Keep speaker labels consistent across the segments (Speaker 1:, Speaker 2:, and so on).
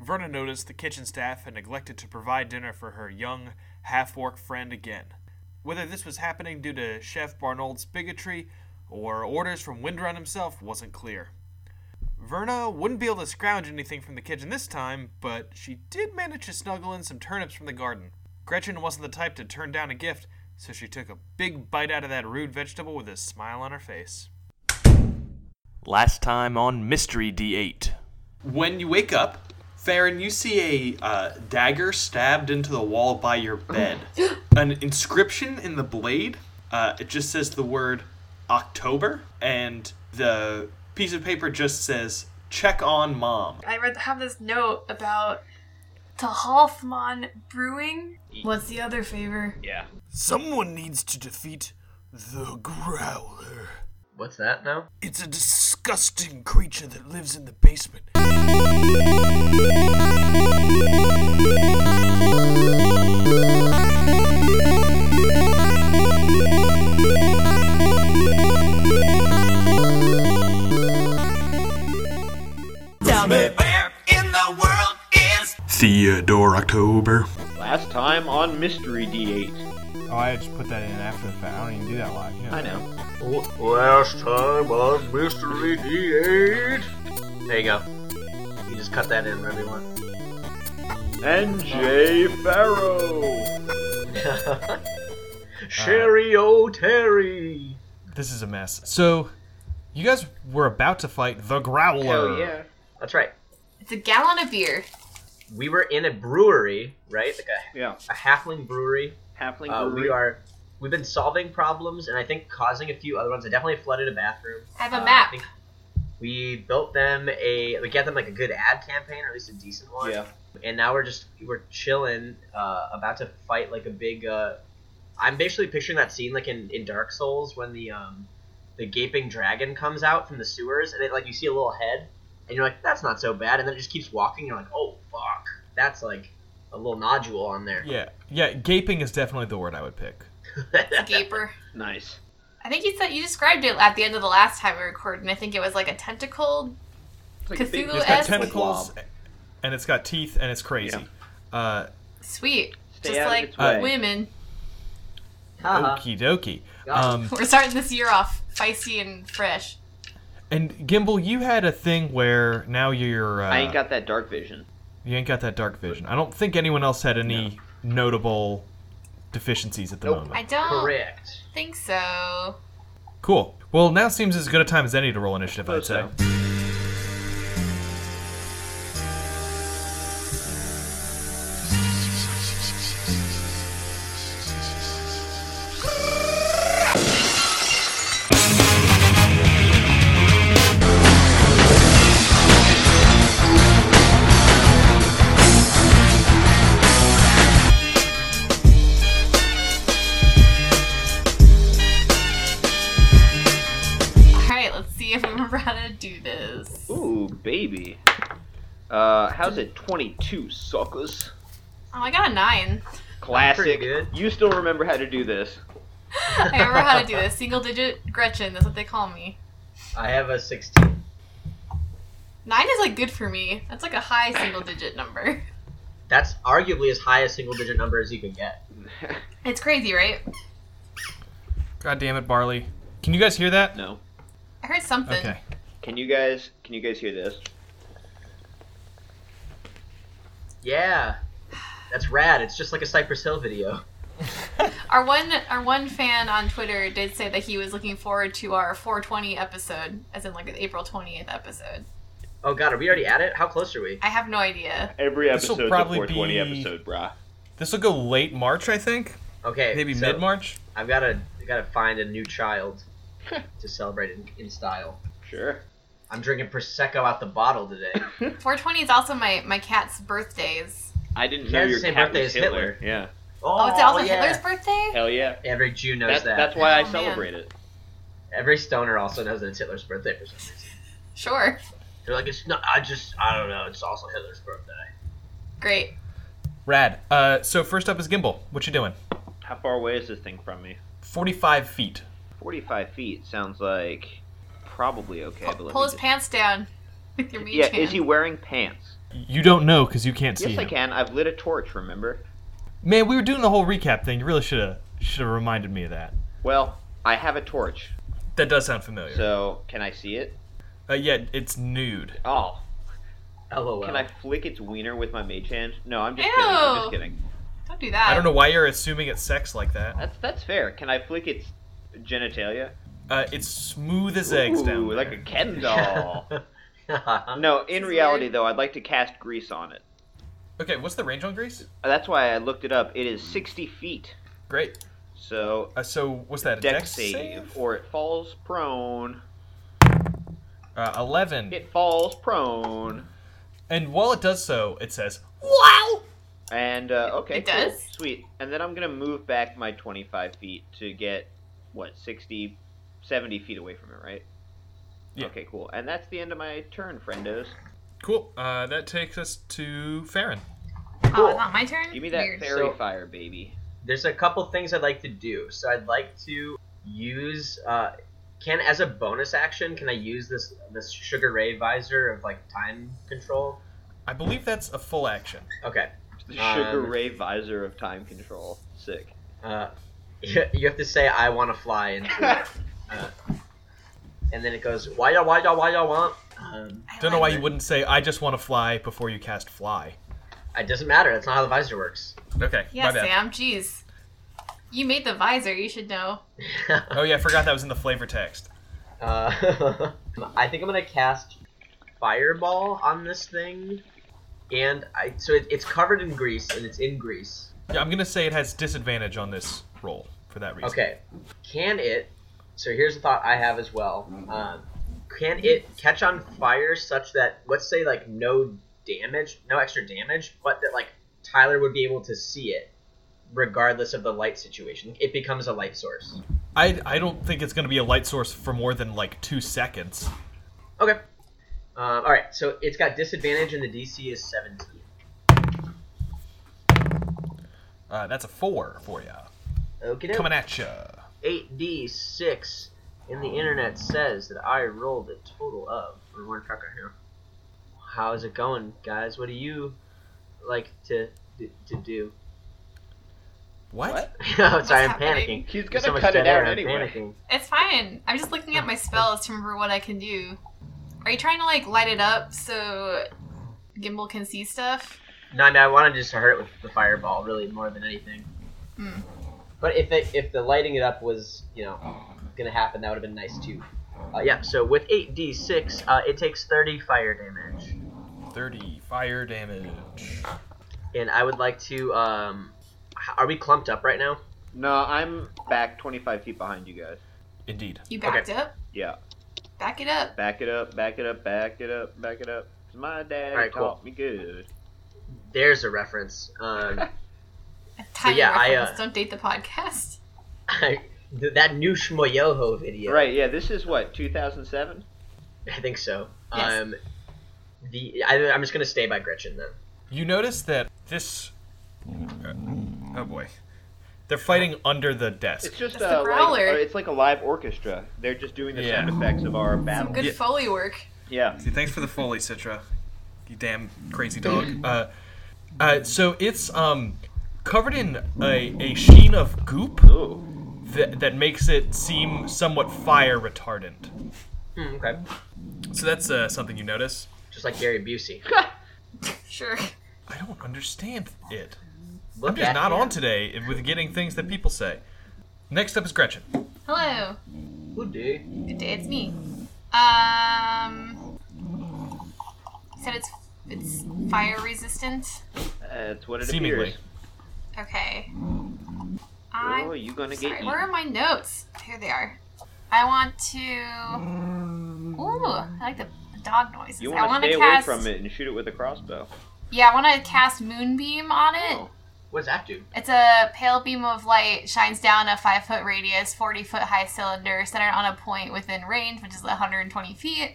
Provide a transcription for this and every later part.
Speaker 1: Verna noticed the kitchen staff had neglected to provide dinner for her young, half orc friend again. Whether this was happening due to Chef Barnold's bigotry or orders from Windrun himself wasn't clear. Verna wouldn't be able to scrounge anything from the kitchen this time, but she did manage to snuggle in some turnips from the garden. Gretchen wasn't the type to turn down a gift, so she took a big bite out of that rude vegetable with a smile on her face.
Speaker 2: Last time on Mystery D8.
Speaker 3: When you wake up, Farron, you see a uh, dagger stabbed into the wall by your bed. An inscription in the blade. Uh, it just says the word October, and the piece of paper just says "Check on Mom."
Speaker 4: I read have this note about Tahalfman Brewing. What's the other favor?
Speaker 5: Yeah.
Speaker 6: Someone needs to defeat the Growler.
Speaker 5: What's that now?
Speaker 6: It's a disgusting creature that lives in the basement.
Speaker 7: Where in the world is
Speaker 8: Theodore October.
Speaker 5: Last time on Mystery D8.
Speaker 9: Oh, I just put that in after the fact. I don't even do that live. Yeah.
Speaker 5: I know.
Speaker 7: Last time on Mystery D8.
Speaker 5: There you go. You just cut that in, whatever you want. NJ Farrow! Sherry O'Terry!
Speaker 9: This is a mess. So, you guys were about to fight the Growler.
Speaker 5: Hell yeah. That's right.
Speaker 4: It's a gallon of beer.
Speaker 5: We were in a brewery, right? Like a,
Speaker 10: Yeah.
Speaker 5: a halfling brewery.
Speaker 10: Halfling
Speaker 5: Uh,
Speaker 10: brewery.
Speaker 5: we are. We've been solving problems and I think causing a few other ones. I definitely flooded a bathroom.
Speaker 4: I have a
Speaker 5: Uh, I
Speaker 4: map.
Speaker 5: think we built them a. We got them like a good ad campaign, or at least a decent one.
Speaker 10: Yeah.
Speaker 5: And now we're just we're chilling, uh, about to fight like a big. Uh, I'm basically picturing that scene like in, in Dark Souls when the um, the gaping dragon comes out from the sewers and it like you see a little head and you're like that's not so bad and then it just keeps walking. And you're like oh fuck that's like a little nodule on there.
Speaker 9: Yeah. Yeah, gaping is definitely the word I would pick.
Speaker 4: It's a gaper.
Speaker 10: Nice.
Speaker 4: I think you said you described it at the end of the last time we recorded, and I think it was like a tentacled
Speaker 10: Oh,
Speaker 9: It's got
Speaker 4: Cthulhu-esque.
Speaker 9: tentacles, and it's got teeth, and it's crazy. Uh,
Speaker 4: Sweet.
Speaker 10: Stay
Speaker 4: Just
Speaker 10: out of
Speaker 4: like
Speaker 10: its way.
Speaker 4: women.
Speaker 5: Haha.
Speaker 9: Okie dokie.
Speaker 5: Uh-huh. Gotcha.
Speaker 9: Um,
Speaker 4: We're starting this year off feisty and fresh.
Speaker 9: and Gimbal, you had a thing where now you're. Uh,
Speaker 10: I ain't got that dark vision.
Speaker 9: you ain't got that dark vision. I don't think anyone else had any notable deficiencies at the
Speaker 5: Nope.
Speaker 9: moment.
Speaker 4: I don't
Speaker 5: Correct.
Speaker 4: think so.
Speaker 9: Cool. Well, now seems as good a time as any to roll initiative, I'd
Speaker 10: Suppose
Speaker 9: say.
Speaker 4: All right, let's see if we remember how to do this.
Speaker 10: Ooh, baby. Uh, how's it? 22 suckers.
Speaker 4: Oh, I got a nine.
Speaker 10: Classic.
Speaker 5: Pretty good.
Speaker 10: You still remember how to do this.
Speaker 4: I remember how to do this. Single digit Gretchen. That's what they call me.
Speaker 5: I have a sixteen.
Speaker 4: Nine is like good for me. That's like a high single digit number.
Speaker 5: That's arguably as high a single digit number as you could get.
Speaker 4: It's crazy, right?
Speaker 9: God damn it, Barley. Can you guys hear that?
Speaker 10: No.
Speaker 4: I heard something.
Speaker 9: Okay.
Speaker 10: Can you guys can you guys hear this?
Speaker 5: Yeah. That's rad. It's just like a Cypress Hill video.
Speaker 4: Our one our one fan on Twitter did say that he was looking forward to our 420 episode, as in like the April 20th episode.
Speaker 5: Oh god, are we already at it? How close are we?
Speaker 4: I have no idea.
Speaker 10: Every
Speaker 9: This'll
Speaker 10: episode's a
Speaker 9: probably
Speaker 10: 420
Speaker 9: be-
Speaker 10: episode, brah.
Speaker 9: This will go late March, I think.
Speaker 5: Okay.
Speaker 9: Maybe
Speaker 5: so
Speaker 9: mid March.
Speaker 5: I've gotta I gotta find a new child to celebrate in, in style.
Speaker 10: Sure.
Speaker 5: I'm drinking prosecco out the bottle today.
Speaker 4: 420 is also my my cat's birthdays.
Speaker 10: I didn't
Speaker 5: He
Speaker 10: know
Speaker 5: has the
Speaker 10: your
Speaker 5: same
Speaker 10: cat
Speaker 5: birthday
Speaker 10: was
Speaker 5: as
Speaker 10: Hitler. Yeah.
Speaker 4: Oh, it's also Hitler's birthday?
Speaker 10: Hell yeah.
Speaker 5: Every Jew knows
Speaker 10: That's
Speaker 5: that.
Speaker 10: that's why I
Speaker 4: Oh, man.
Speaker 10: celebrate it.
Speaker 5: Every stoner also knows that it's Hitler's birthday for some reason.
Speaker 4: Sure.
Speaker 5: They're like, it's not. I just I don't know. It's also Hitler's birthday.
Speaker 4: Great.
Speaker 9: Rad. Uh, so first up is Gimbal. What you doing?
Speaker 10: How far away is this thing from me?
Speaker 9: Forty-five feet.
Speaker 10: 45 feet sounds like probably okay. but let
Speaker 4: Pull
Speaker 10: me
Speaker 4: his
Speaker 10: just-
Speaker 4: pants down with your meat
Speaker 10: Yeah,
Speaker 4: hand.
Speaker 10: is he wearing pants?
Speaker 9: You don't know because you can't see
Speaker 10: Yes, I
Speaker 9: him.
Speaker 10: can. I've lit a torch. Remember?
Speaker 9: Man, we were doing the whole recap thing. You really should have should have reminded me of that.
Speaker 10: Well, I have a torch.
Speaker 9: That does sound familiar.
Speaker 10: So, can I see it?
Speaker 9: Uh, yeah, it's nude.
Speaker 10: Oh,
Speaker 5: LOL.
Speaker 10: can I flick its wiener with my mage hand? No, I'm just kidding. I'm just
Speaker 4: Ew.
Speaker 10: kidding.
Speaker 4: Don't do that.
Speaker 9: I don't know why you're assuming it's sex like that.
Speaker 10: That's that's fair. Can I flick its genitalia?
Speaker 9: Uh, it's smooth as eggs
Speaker 10: Ooh,
Speaker 9: down there.
Speaker 10: like a Ken doll.
Speaker 5: I
Speaker 10: no,
Speaker 4: This
Speaker 10: in
Speaker 4: is
Speaker 10: reality
Speaker 4: weird.
Speaker 10: though, I'd like to cast grease on it.
Speaker 9: Okay, what's the range on grease?
Speaker 10: That's why I looked it up. It is 60 feet.
Speaker 9: Great.
Speaker 10: So,
Speaker 9: Uh, so what's that? a
Speaker 10: deck
Speaker 9: dex
Speaker 10: save, or it falls prone.
Speaker 9: uh, eleven.
Speaker 10: It falls prone.
Speaker 9: And while it does so, it says,
Speaker 4: Wow.
Speaker 10: And uh, okay,
Speaker 4: It
Speaker 10: cool.
Speaker 4: does?
Speaker 10: sweet. And then I'm gonna move back my 25 feet to get what 60, 70 feet away from it, right?
Speaker 9: Yeah.
Speaker 10: Okay, cool. And that's the end of my turn, friendos.
Speaker 9: "Cool." Uh, that takes us to Farron.
Speaker 4: Oh, it's not my turn.
Speaker 10: Give me that
Speaker 4: Weird.
Speaker 10: fairy
Speaker 5: So-
Speaker 10: fire, baby.
Speaker 5: There's a couple things I'd like to do. So I'd like to use. Uh, can as a bonus action, can I use this this sugar ray visor of like time control?
Speaker 9: I believe that's a full action.
Speaker 5: Okay.
Speaker 10: The sugar
Speaker 5: Um,
Speaker 10: ray visor of time control. Sick.
Speaker 5: Uh, you have to say I want to fly into it, uh, and then it goes why ya why ya why ya want. Um,
Speaker 4: I
Speaker 9: Don't know why
Speaker 4: like
Speaker 9: you wouldn't say, "I just want to fly" before you cast "fly."
Speaker 5: it doesn't matter. That's not how the visor works.
Speaker 9: Okay,
Speaker 4: it. Yeah, Sam. Jeez. You made the visor. You should know.
Speaker 9: Oh yeah, I forgot that was in the flavor text.
Speaker 5: Uh, I think I'm gonna cast Fireball on this thing, and I so it, it's covered in grease and it's in grease.
Speaker 9: Yeah, I'm gonna say it has disadvantage on this roll for that reason.
Speaker 5: Okay, can it? So here's a thought I have as well. Um, can it catch on fire such that let's say like no damage, no extra damage, but that like Tyler would be able to see it regardless of the light situation. It becomes a light source.
Speaker 9: I I don't think it's gonna be a light source for more than like two seconds.
Speaker 5: Okay. Um, all right, so it's got disadvantage and the DC is 17.
Speaker 9: Uh, that's a four for you.
Speaker 5: Okay.
Speaker 9: Coming at you.
Speaker 5: 8d6 and the internet says that I rolled a total of or one cracker here. How's it going, guys? What do you like to d- to do?
Speaker 9: What?
Speaker 5: I'm sorry, I'm
Speaker 4: happening?
Speaker 5: panicking.
Speaker 10: He's gonna
Speaker 5: There's so much
Speaker 10: cut it
Speaker 5: dead air
Speaker 10: out
Speaker 5: and I'm
Speaker 10: anyway.
Speaker 5: panicking.
Speaker 4: It's fine. I'm just looking at my spells to remember what I can do. Are you trying to like light it up so Gimbal can see stuff?
Speaker 5: No, no, I wanted just to hurt it with the fireball, really, more than anything.
Speaker 4: Hmm.
Speaker 5: But if it, if the lighting it up was, you know, gonna happen, that would have been nice too. Uh, yeah. So with 8d6, uh, it takes 30 fire damage.
Speaker 9: Thirty fire damage.
Speaker 5: And I would like to. Um, h- are we clumped up right now?
Speaker 10: No, I'm back 25 feet behind you guys.
Speaker 9: Indeed.
Speaker 4: You backed up.
Speaker 10: Yeah.
Speaker 4: Back it up.
Speaker 10: Back it up, back it up, back it up, back it up. 'Cause My dad
Speaker 5: Alright, cool.
Speaker 10: taught me good.
Speaker 5: There's a reference. Um,
Speaker 4: A tiny
Speaker 5: yeah, I,
Speaker 4: reference.
Speaker 5: uh,
Speaker 4: Don't date the podcast.
Speaker 5: I, th- that new Shmoyoho video.
Speaker 10: Right, yeah, this is what, 2007?
Speaker 5: I think so.
Speaker 4: Yes.
Speaker 5: Um, the I, I'm just gonna stay by Gretchen then.
Speaker 9: You notice that this. oh boy. They're fighting under the desk.
Speaker 10: It's just
Speaker 4: That's the
Speaker 10: uh, like,
Speaker 4: growler.
Speaker 10: uh, it's like a live orchestra. They're just doing the
Speaker 9: Yeah.
Speaker 10: sound effects of our battle.
Speaker 4: Some good
Speaker 9: yeah.
Speaker 4: foley work.
Speaker 10: yeah.
Speaker 1: See, thanks for the Foley, Citra. You damn crazy dog.
Speaker 9: Uh, uh, so it's um, covered in a, a sheen of goop
Speaker 10: Ooh.
Speaker 9: that, that makes it seem somewhat fire retardant.
Speaker 5: Hmm, okay.
Speaker 9: So that's uh, something you notice.
Speaker 5: Just like Gary Busey.
Speaker 4: Sure.
Speaker 9: I don't understand it.
Speaker 5: Look
Speaker 9: I'm just
Speaker 5: at
Speaker 9: not
Speaker 5: him.
Speaker 9: on today with getting things that people say. Next up is Gretchen.
Speaker 4: Hello.
Speaker 5: Good day.
Speaker 4: Good day. It's me. Um. You said it's it's fire resistant.
Speaker 10: That's what it
Speaker 9: Seemingly.
Speaker 10: appears.
Speaker 4: Okay.
Speaker 10: Oh,
Speaker 4: I.
Speaker 10: you gonna get
Speaker 4: Sorry,
Speaker 10: eaten.
Speaker 4: where are my notes? Here they are. I want to. Ooh, I like the dog noises.
Speaker 10: You
Speaker 4: I
Speaker 10: want
Speaker 4: want
Speaker 10: to stay
Speaker 4: cast.
Speaker 10: away from it and shoot it with a crossbow.
Speaker 4: Yeah, I want to cast moonbeam on it.
Speaker 10: Oh.
Speaker 5: What's that do?
Speaker 4: It's a pale beam of light shines down a five foot radius, forty foot high cylinder centered on a point within range, which is 120 feet.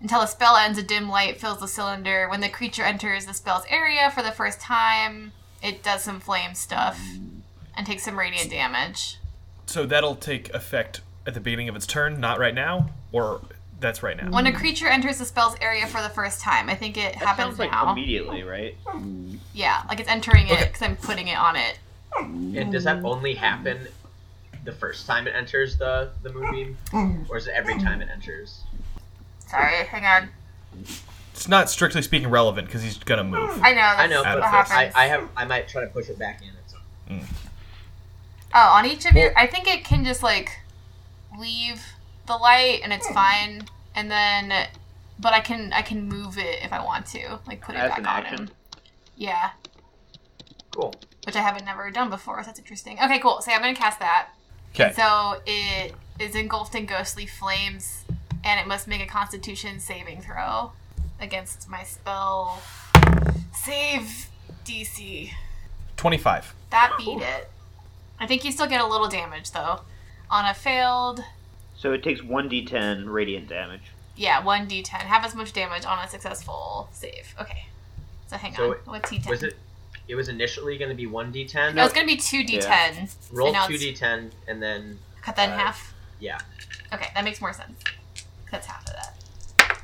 Speaker 4: Until the spell ends, a dim light fills the cylinder. When the creature enters the spell's area for the first time, it does some flame stuff and takes some radiant damage.
Speaker 9: So that'll take effect at the beginning of its turn, not right now, or That's right now.
Speaker 4: When a creature enters the spell's area for the first time, I think it
Speaker 10: That
Speaker 4: happens
Speaker 10: sounds like
Speaker 4: now.
Speaker 10: immediately, right?
Speaker 4: Yeah, like it's entering it because I'm putting it on it.
Speaker 5: And does that only happen the first time it enters the the moonbeam, or is it every time it enters?
Speaker 4: Sorry, hang on.
Speaker 9: It's not strictly speaking relevant because he's gonna move.
Speaker 4: I know. That's
Speaker 5: I
Speaker 9: Out
Speaker 5: know, but
Speaker 9: of
Speaker 4: what
Speaker 9: fist.
Speaker 5: I,
Speaker 4: happens.
Speaker 5: I have I might try to push it back in. At some
Speaker 4: Oh, on each of your, I think it can just like leave the light and
Speaker 5: Hmm.
Speaker 4: it's fine, and then, but I can I can move it if I want to, like put it
Speaker 10: As
Speaker 4: back
Speaker 10: an
Speaker 4: on
Speaker 10: action?
Speaker 4: him. Yeah,
Speaker 5: Cool.
Speaker 4: which I haven't never done before, so that's interesting. Okay, cool. So yeah, I'm gonna cast that.
Speaker 9: Okay.
Speaker 4: So it is engulfed in ghostly flames, and it must make a Constitution saving throw against my spell save DC.
Speaker 9: Twenty-five.
Speaker 4: That beat it. I think you still get a little damage though. On a failed,
Speaker 10: So it takes 1d10 radiant damage.
Speaker 4: yeah, one d10. Have as much damage on a successful save. Okay. So hang
Speaker 5: So
Speaker 4: on.
Speaker 5: it-
Speaker 4: What's d10?
Speaker 5: Was it? It was initially going to be one d10.
Speaker 4: no, it's gonna be two d10.
Speaker 5: Roll
Speaker 4: and now
Speaker 5: two
Speaker 4: it's-
Speaker 5: d10 and then
Speaker 4: Cut that in
Speaker 5: uh,
Speaker 4: half.
Speaker 5: yeah.
Speaker 4: Okay, that makes more sense. That's half of that.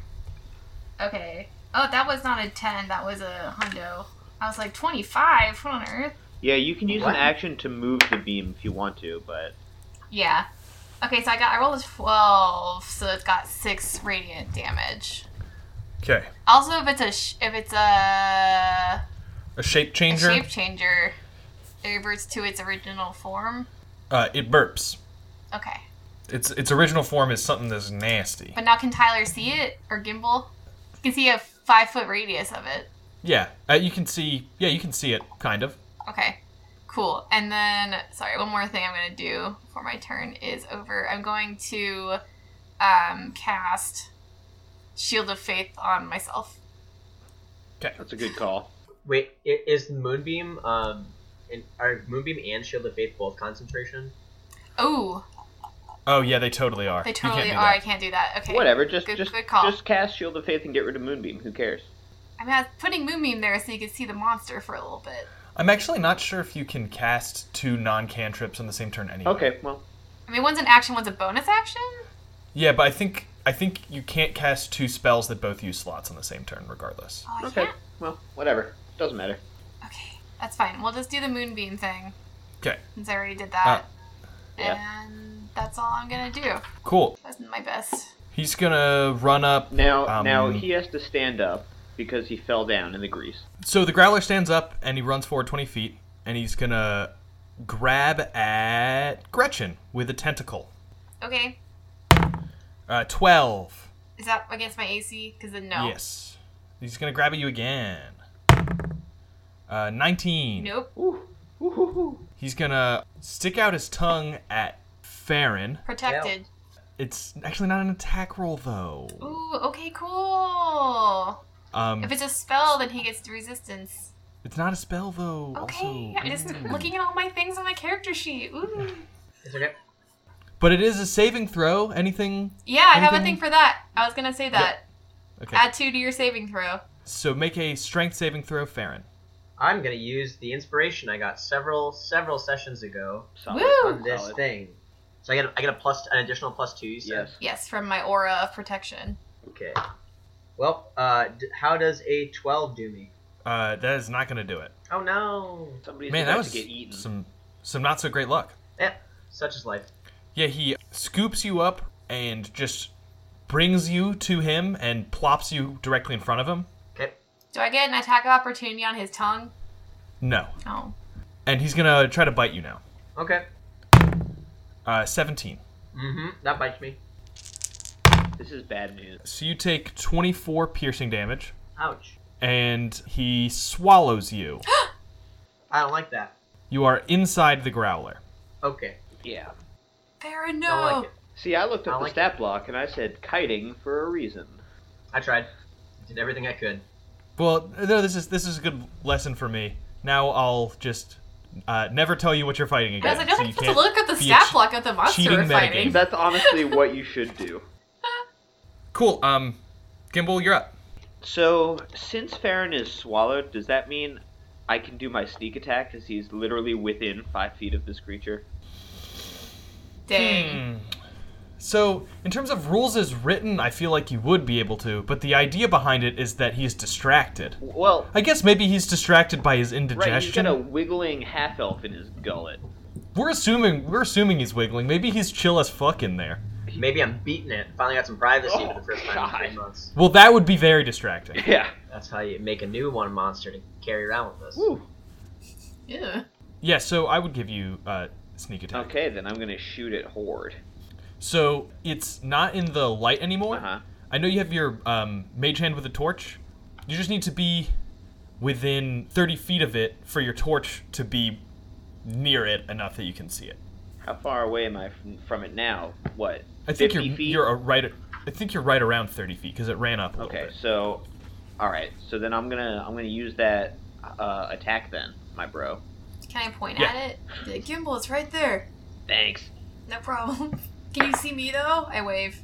Speaker 4: Okay. Oh, that was not a ten. That was a hundo. I was like twenty-five. What on earth?
Speaker 10: Yeah, you can use
Speaker 5: What?
Speaker 10: an action to move the beam if you want to, but
Speaker 4: Yeah. Okay, so I got I rolled a twelve, so it's got six radiant damage.
Speaker 9: Okay.
Speaker 4: Also, if it's a sh- if it's a,
Speaker 9: A shape
Speaker 4: a
Speaker 9: changer.
Speaker 4: shape changer, it reverts to its original form.
Speaker 9: Uh, it burps.
Speaker 4: Okay,
Speaker 9: Its its original form is something that's nasty.
Speaker 4: but now can Tyler see it or Gimbal? You can see a five foot radius of it.
Speaker 9: Yeah. Uh, you can see. Yeah, you can see it kind of.
Speaker 4: Okay, cool. And then, sorry, one more thing I'm gonna do before my turn is over. I'm going to um, cast Shield of Faith on myself.
Speaker 9: Okay.
Speaker 10: that's a good call.
Speaker 5: Wait, i- is moonbeam um, and are moonbeam and shield of faith both concentration?
Speaker 4: Oh,
Speaker 9: Oh yeah, they totally are.
Speaker 4: they
Speaker 9: You can't
Speaker 4: totally
Speaker 9: do
Speaker 4: are. I
Speaker 9: that.
Speaker 4: can't do that. Okay,
Speaker 10: Whatever, just
Speaker 4: Good-
Speaker 10: just
Speaker 4: good call.
Speaker 10: just cast Shield of Faith and get rid of Moonbeam. Who cares?
Speaker 4: I'm ha- putting Moonbeam there so you can see the monster for a little bit.
Speaker 9: I'm actually not sure if you can cast two non cantrips on the same turn anyway.
Speaker 10: Okay, well,
Speaker 4: I mean, one's an action, one's a bonus action.
Speaker 9: Yeah, but I think I think you can't cast two spells that both use slots on the same turn, regardless.
Speaker 4: Oh, I
Speaker 10: okay,
Speaker 4: can't.
Speaker 10: well, whatever. Doesn't matter.
Speaker 4: Okay, that's fine. We'll just do the moonbeam thing
Speaker 9: Okay.
Speaker 4: since I already did that,
Speaker 9: Ah.
Speaker 10: yeah.
Speaker 4: and that's all I'm gonna do.
Speaker 9: Cool.
Speaker 4: That's my best.
Speaker 9: He's gonna run up.
Speaker 10: Now
Speaker 9: Um,
Speaker 10: now he has to stand up because he fell down in the grease.
Speaker 9: So the growler stands up and he runs forward 20 feet and he's gonna grab at Gretchen with a tentacle.
Speaker 4: Okay,
Speaker 9: Uh, 12.
Speaker 4: is that against my AC? Because then no.
Speaker 9: Yes. He's gonna grab at you again. Uh, 19.
Speaker 4: Nope.
Speaker 9: He's gonna stick out his tongue at Farron.
Speaker 4: Protected.
Speaker 9: It's actually not an attack roll though.
Speaker 4: Ooh. Okay. Cool.
Speaker 9: Um,
Speaker 4: If it's a spell, then he gets resistance.
Speaker 9: It's not a spell though.
Speaker 4: Okay.
Speaker 9: also.
Speaker 4: I'm just looking at all my things on my character sheet. Ooh.
Speaker 5: It's okay.
Speaker 9: But it is a saving throw. Anything?
Speaker 4: Yeah, I have a
Speaker 9: Anything-
Speaker 4: thing for that. I was gonna say that.
Speaker 9: Okay.
Speaker 4: Add two to your saving throw.
Speaker 9: so make a strength saving throw, Farron.
Speaker 5: I'm gonna use the inspiration I got several several sessions ago
Speaker 10: Solid.
Speaker 4: Woo!
Speaker 5: on this
Speaker 10: Solid.
Speaker 5: thing. So I get a, I get a plus an additional plus two. You said?
Speaker 10: Yes.
Speaker 4: Yes, from my aura of protection.
Speaker 5: Okay. Well, uh, d- how does a twelve do me?
Speaker 9: Uh, that is not gonna do it.
Speaker 5: Oh no!
Speaker 10: Somebody's
Speaker 9: Man,
Speaker 10: about
Speaker 9: that was
Speaker 10: to get eaten.
Speaker 9: some some not so great luck.
Speaker 5: Eh, such is life.
Speaker 9: Yeah, he scoops you up and just brings you to him and plops you directly in front of him.
Speaker 5: Okay.
Speaker 4: Do I get an attack of opportunity on his tongue?
Speaker 9: No,
Speaker 4: Oh.
Speaker 9: and he's gonna try to bite you now.
Speaker 5: Okay.
Speaker 9: Uh, 17.
Speaker 5: Mm-hmm. That bites me.
Speaker 10: This is bad news.
Speaker 9: So you take 24 piercing damage,
Speaker 5: Ouch.
Speaker 9: and he swallows you.
Speaker 5: I don't like that.
Speaker 9: you are inside the growler.
Speaker 5: Okay.
Speaker 10: Yeah.
Speaker 4: Farron,
Speaker 5: Don't
Speaker 4: no.
Speaker 5: like it.
Speaker 10: See, I looked
Speaker 5: I
Speaker 10: up the
Speaker 5: like
Speaker 10: stat block and I said kiting for a reason.
Speaker 5: I tried. Did everything I could.
Speaker 9: Well, no, this is this is a good lesson for me. Now I'll just uh, never tell you what you're fighting
Speaker 4: I was
Speaker 9: against.
Speaker 4: like, I
Speaker 9: so
Speaker 4: don't
Speaker 9: you
Speaker 4: think I'm
Speaker 9: can't
Speaker 4: supposed to look at the
Speaker 9: be a
Speaker 4: stat
Speaker 9: ch-
Speaker 4: block of the monster
Speaker 9: cheating
Speaker 4: we're fighting.
Speaker 9: metagame.
Speaker 10: That's honestly what you should do.
Speaker 9: Cool. Um, Gimbal, you're up.
Speaker 10: So, since Farron is swallowed, does that mean I can do my sneak attack because he's
Speaker 9: hmm.
Speaker 10: literally within five feet of this creature?
Speaker 4: Dang.
Speaker 9: So, in terms of rules as written, I feel like you would be able to, but the idea behind it is that he's distracted.
Speaker 10: Well,
Speaker 9: I guess maybe he's distracted by his
Speaker 10: right, he's got
Speaker 9: indigestion.
Speaker 10: a wiggling half elf in his gullet.
Speaker 9: We're assuming we're assuming he's wiggling. Maybe he's chill as fuck in there.
Speaker 5: Maybe I'm beating it. Finally got some privacy for the first time in three months.
Speaker 9: Well, that would be very distracting.
Speaker 10: Yeah.
Speaker 5: That's how you make a new one monster to carry around with us.
Speaker 4: Ew.
Speaker 9: Yeah, so I would give you uh, sneak attack.
Speaker 10: Okay, then I'm gonna shoot at Horde.
Speaker 9: So it's not in the light anymore.
Speaker 10: Uh-huh.
Speaker 9: I know you have your um, mage hand with a torch. You just need to be within 30 feet of it for your torch to be near it enough that you can see it.
Speaker 10: How far away am I from, from it now? What?
Speaker 9: I think
Speaker 10: 50
Speaker 9: you're
Speaker 10: feet?
Speaker 9: you're a right. I think you're right around 30 feet because it ran up a little
Speaker 10: Okay,
Speaker 9: bit.
Speaker 10: so, all right. So then I'm gonna I'm gonna use that uh, attack then, my bro.
Speaker 4: Can I point
Speaker 9: Yeah.
Speaker 4: at it? Be like, Gimbal, it's right there.
Speaker 10: Thanks.
Speaker 4: No problem. Can you see me though? I wave.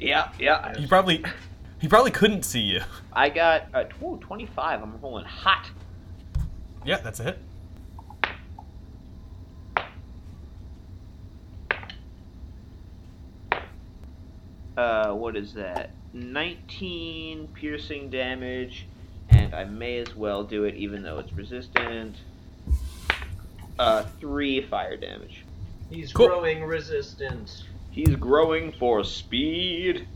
Speaker 10: Yeah, yeah.
Speaker 9: He probably he probably couldn't see you.
Speaker 10: I got uh, whoa, 25. I'm rolling hot.
Speaker 9: Yeah, that's a hit.
Speaker 10: Uh, what is that? 19 piercing damage, and I may as well do it even though it's resistant. Uh, three fire damage.
Speaker 5: He's
Speaker 9: Cool.
Speaker 5: growing resistant.
Speaker 10: He's growing for speed.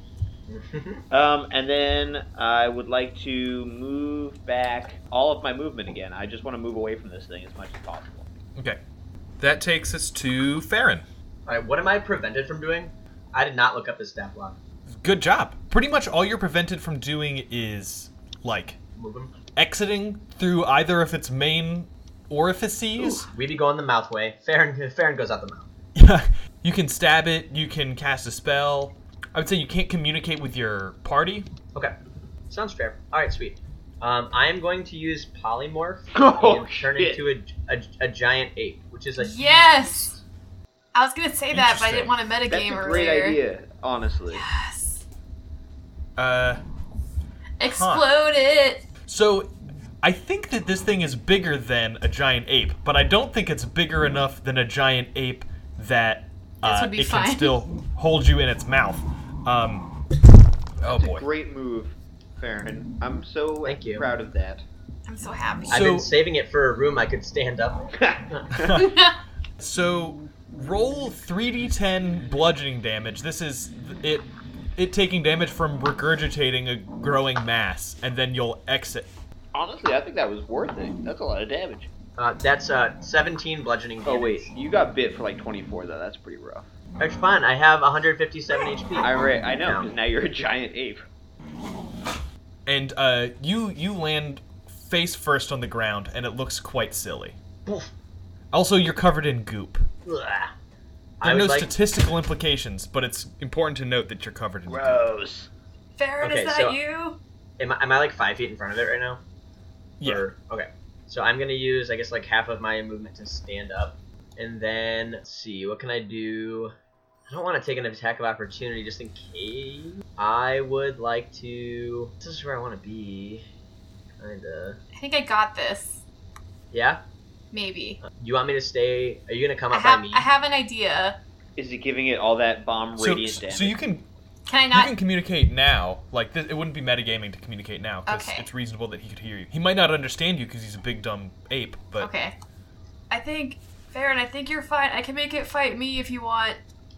Speaker 10: Um, and then I would like to move back all of my movement again. I just want to move away from this thing as much as possible.
Speaker 9: Okay, that takes us to Farron.
Speaker 5: Alright, what am I prevented from doing? I did not look up his stat block.
Speaker 9: Good job. Pretty much all you're prevented from doing is like
Speaker 5: Move him.
Speaker 9: exiting through either of its main orifices.
Speaker 5: We be going the mouth way. Farron, Farron goes out the mouth.
Speaker 9: you can stab it, you can cast a spell. I would say you can't communicate with your party.
Speaker 5: Okay. Sounds fair. Alright, sweet. Um, I am going to use polymorph
Speaker 10: Oh,
Speaker 5: and turn
Speaker 10: shit.
Speaker 5: into a, a, a giant ape, which is a
Speaker 4: Yes. I was gonna say that, but I didn't
Speaker 9: Interesting.
Speaker 4: want to metagame
Speaker 10: That's a great
Speaker 4: earlier.
Speaker 10: idea, honestly.
Speaker 4: Yes.
Speaker 9: Uh,
Speaker 4: Explode it.
Speaker 9: so I think that this thing is bigger than a giant ape, but I don't think it's bigger enough than a giant ape that
Speaker 4: This
Speaker 9: uh,
Speaker 4: would be
Speaker 9: it
Speaker 4: fine.
Speaker 9: can still hold you in its mouth. Um, oh boy.
Speaker 10: Great move, Farron. I'm so
Speaker 5: Thank you.
Speaker 10: proud of that.
Speaker 4: I'm so happy.
Speaker 5: I've been
Speaker 9: So-
Speaker 5: saving it for a room I could stand up. in.
Speaker 9: So roll 3d10 bludgeoning damage. This is it it taking damage from regurgitating a growing mass and then you'll exit.
Speaker 10: Honestly, I think that was worth it. That's a lot of damage.
Speaker 5: Uh, that's uh, 17 bludgeoning damage.
Speaker 10: Oh wait, you got bit for like 24 though. That's pretty rough.
Speaker 5: That's fine. I have 157 HP.
Speaker 10: I re- I know. 'cause
Speaker 5: Now,
Speaker 10: Now you're a giant ape.
Speaker 9: And uh you you land face first on the ground and it looks quite silly.
Speaker 5: poof.
Speaker 9: Also you're covered in goop.
Speaker 5: Ugh.
Speaker 9: There
Speaker 5: I
Speaker 9: are no
Speaker 5: would like.
Speaker 9: statistical implications, but it's important to note that you're covered in goop.
Speaker 10: Gross.
Speaker 4: Farron,
Speaker 5: okay,
Speaker 4: is that
Speaker 5: so-
Speaker 4: you?
Speaker 5: Am I, am I like five feet in front of it right now?
Speaker 9: Yeah.
Speaker 5: Or- okay. So I'm gonna use, I guess, like half of my movement to stand up, and then let's see what can I do. I don't want to take an attack of opportunity just in case. I would like to. This is where I want to be. Kinda.
Speaker 4: I think I got this.
Speaker 5: Yeah.
Speaker 4: Maybe.
Speaker 5: You want me to stay? Are you gonna come
Speaker 4: I
Speaker 5: up
Speaker 4: have,
Speaker 5: by me?
Speaker 4: I have an idea.
Speaker 10: Is it giving it all that bomb
Speaker 9: So,
Speaker 10: radiant damage?
Speaker 9: so you can
Speaker 4: Can I
Speaker 9: you
Speaker 4: not?
Speaker 9: can communicate now. Like this, it wouldn't be metagaming to communicate now because
Speaker 4: Okay.
Speaker 9: it's reasonable that he could hear you. He might not understand you because he's a big dumb ape, but
Speaker 4: Okay. I think, Farron, I think you're fine. I can make it fight me if you want.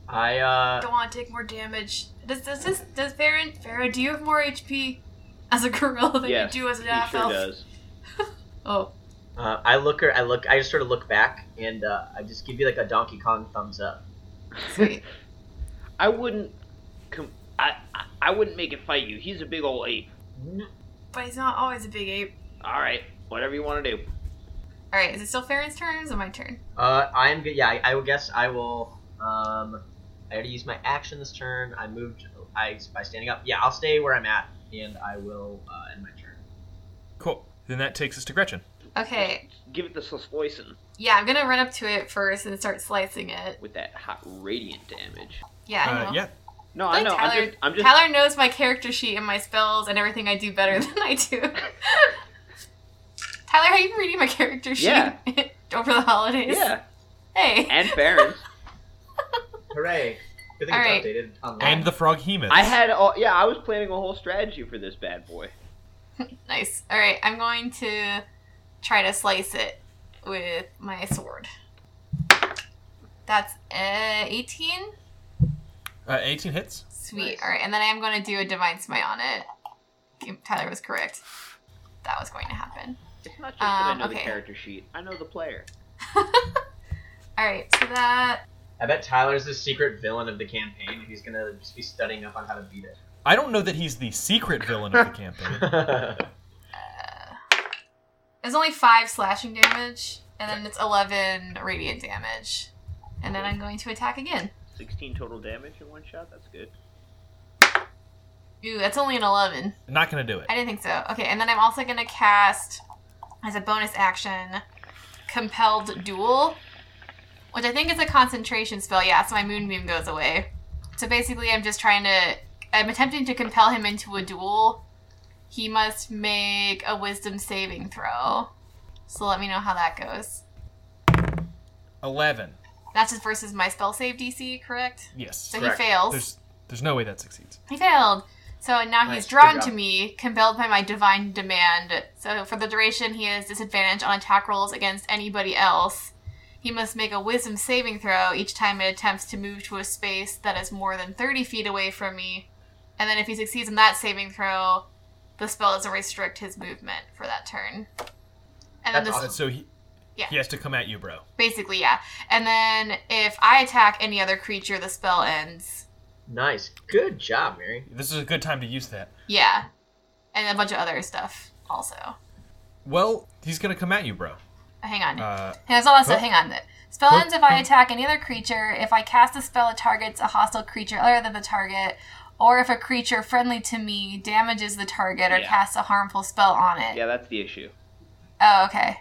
Speaker 5: I uh.
Speaker 4: Don't want to take more damage. Does does this does Farron Farron? Do you have more HP as a gorilla than
Speaker 10: Yes,
Speaker 4: you do as an
Speaker 10: he
Speaker 4: half
Speaker 10: sure
Speaker 4: elf?
Speaker 10: does.
Speaker 4: Oh,
Speaker 5: Uh, I look her. I look. I just sort of look back, and uh, I just give you like a Donkey Kong thumbs up.
Speaker 4: sweet.
Speaker 10: I wouldn't. Com- I, I I wouldn't make it fight you. He's a big old ape.
Speaker 4: but he's not always a big ape.
Speaker 10: All right, whatever you want to do.
Speaker 4: All right, is it still Farron's turn? Is it my turn?
Speaker 5: Uh, I am good. Yeah, I, I would guess I will. Um, I already used my action this turn. I moved. I by standing up. Yeah, I'll stay where I'm at, and I will uh, end my turn.
Speaker 9: cool. Then that takes us to Gretchen.
Speaker 4: Okay.
Speaker 10: Give it the Slisloison
Speaker 4: Yeah, I'm gonna run up to it first and start slicing it.
Speaker 10: with that hot radiant damage.
Speaker 4: Yeah, I know.
Speaker 9: Uh, yeah,
Speaker 10: No,
Speaker 4: I
Speaker 10: I
Speaker 4: feel
Speaker 10: know.
Speaker 4: like Tyler,
Speaker 10: I'm just. I'm just
Speaker 4: Tyler knows my character sheet and my spells and everything I do better than I do. Tyler, how you been reading my character sheet
Speaker 10: Yeah.
Speaker 4: over the holidays?
Speaker 10: yeah,
Speaker 4: Hey.
Speaker 10: and Baron.
Speaker 5: Hooray! Good thing
Speaker 4: All right.
Speaker 5: it's updated online.
Speaker 9: And the frog hemus.
Speaker 10: I had all. Yeah, I was planning a whole strategy for this bad boy.
Speaker 4: Nice. All right, I'm going to try to slice it with my sword. That's uh, 18.
Speaker 9: Uh, 18 hits.
Speaker 4: Sweet. All right, and then I am going to do a divine smite on it. Tyler was correct. That was going to happen.
Speaker 10: It's not just that I
Speaker 4: Um,
Speaker 10: know the
Speaker 4: okay.
Speaker 10: character sheet. I know the player.
Speaker 4: All right, so that
Speaker 5: I bet Tyler's the secret villain of the campaign. He's gonna just be studying up on how to beat it.
Speaker 9: I don't know that he's the secret villain of the campaign.
Speaker 4: is only five slashing damage, and then it's 11 radiant damage, and then I'm going to attack again.
Speaker 10: 16 total damage in one shot. That's good.
Speaker 4: Ooh, that's only an 11.
Speaker 9: Not gonna do it.
Speaker 4: I didn't think so. Okay, and then I'm also gonna cast as a bonus action compelled duel, which I think is a concentration spell. Yeah, so my moonbeam goes away. So basically, I'm just trying to. I'm attempting to compel him into a duel. He must make a wisdom saving throw. So let me know how that goes.
Speaker 9: 11.
Speaker 4: That's just versus my spell save DC, correct?
Speaker 9: Yes.
Speaker 4: So he fails.
Speaker 9: There's there's no way that succeeds.
Speaker 4: He failed. So now
Speaker 5: Nice,
Speaker 4: he's
Speaker 5: good
Speaker 4: drawn
Speaker 5: job.
Speaker 4: to me, compelled by my divine demand. So for the duration, he has disadvantage on attack rolls against anybody else. He must make a wisdom saving throw each time it attempts to move to a space that is more than 30 feet away from me. And then if he succeeds in that saving throw, the spell doesn't restrict his movement for that turn. And then
Speaker 5: That's
Speaker 4: this,
Speaker 5: awesome.
Speaker 9: Uh, So he
Speaker 4: Yeah.
Speaker 9: he has to come at you, bro.
Speaker 4: basically, yeah. And then if I attack any other creature, the spell ends.
Speaker 5: nice. Good job, Mary.
Speaker 9: This is a good time to use that.
Speaker 4: Yeah. And a bunch of other stuff also. Uh,
Speaker 9: Well, he's gonna come at you, bro.
Speaker 4: Hang on.
Speaker 9: Uh,
Speaker 4: Hang on, so also,
Speaker 9: Huh?
Speaker 4: hang on. Spell
Speaker 9: Huh?
Speaker 4: ends if I attack any other creature, if I cast a spell that targets a hostile creature other than the target, or if a creature friendly to me damages the target or
Speaker 10: Yeah.
Speaker 4: casts a harmful spell on it.
Speaker 10: Yeah, that's the issue.
Speaker 4: Oh, okay.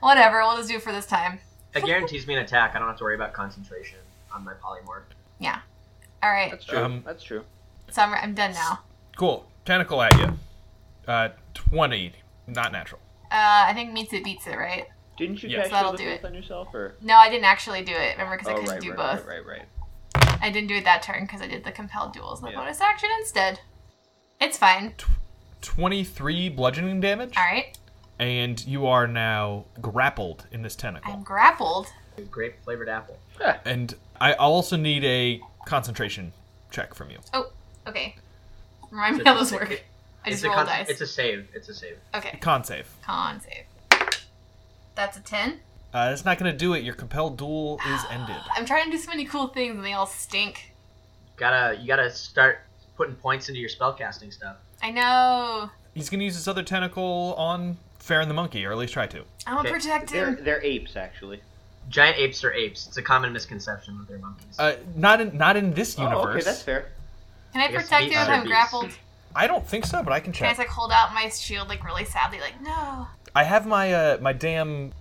Speaker 4: Whatever, we'll just do it for this time.
Speaker 5: That guarantees me an attack. I don't have to worry about concentration on my polymorph.
Speaker 4: All right,
Speaker 10: That's true.
Speaker 9: Um,
Speaker 10: that's true.
Speaker 4: so I'm, I'm done now.
Speaker 9: cool. Tentacle at you. Uh, 20. Not natural.
Speaker 4: Uh, I think meets it beats it, right?
Speaker 10: Didn't you
Speaker 9: Yeah.
Speaker 10: cast
Speaker 4: So that'll
Speaker 10: all the
Speaker 4: do
Speaker 10: filth
Speaker 4: it.
Speaker 10: on yourself or?
Speaker 4: No, I didn't actually do it, remember, because I
Speaker 10: oh
Speaker 4: couldn't
Speaker 10: right,
Speaker 4: do
Speaker 10: right,
Speaker 4: both.
Speaker 10: right, right, right.
Speaker 4: I didn't do it that turn because I did the compelled duels and the
Speaker 10: Yeah.
Speaker 4: bonus action instead. It's fine.
Speaker 9: 23 bludgeoning damage.
Speaker 4: All right,
Speaker 9: And you are now grappled in this tentacle.
Speaker 4: I'm grappled.
Speaker 5: Grape flavored apple.
Speaker 9: And I also need a concentration check from you.
Speaker 4: Oh, okay. Remind me how those
Speaker 5: It's a-
Speaker 4: work. I just
Speaker 5: it's a
Speaker 4: rolled
Speaker 5: con-
Speaker 4: dice.
Speaker 5: It's a save. It's a save.
Speaker 4: Okay.
Speaker 9: Con save.
Speaker 4: Con save. That's a 10.
Speaker 9: Uh, that's not going to do it. Your compelled duel is ended.
Speaker 4: I'm trying to do so many cool things and they all stink.
Speaker 5: Gotta you gotta start putting points into your spellcasting stuff.
Speaker 4: I know.
Speaker 9: He's going to use his other tentacle on Farron the monkey, or at least try to.
Speaker 4: I'm a
Speaker 5: Okay,
Speaker 10: They're
Speaker 4: protector.
Speaker 10: they're apes actually.
Speaker 5: Giant apes are apes. It's a common misconception that they're monkeys.
Speaker 9: Uh, not in not in this universe.
Speaker 10: Oh, okay, that's fair.
Speaker 4: Can I
Speaker 5: I guess
Speaker 4: protect
Speaker 5: beats
Speaker 4: you if
Speaker 5: are
Speaker 4: I'm
Speaker 5: beats.
Speaker 4: grappled?
Speaker 9: I don't think so, but I can check.
Speaker 4: Can I just like hold out my shield like really sadly, like no?
Speaker 9: I have my uh, my damn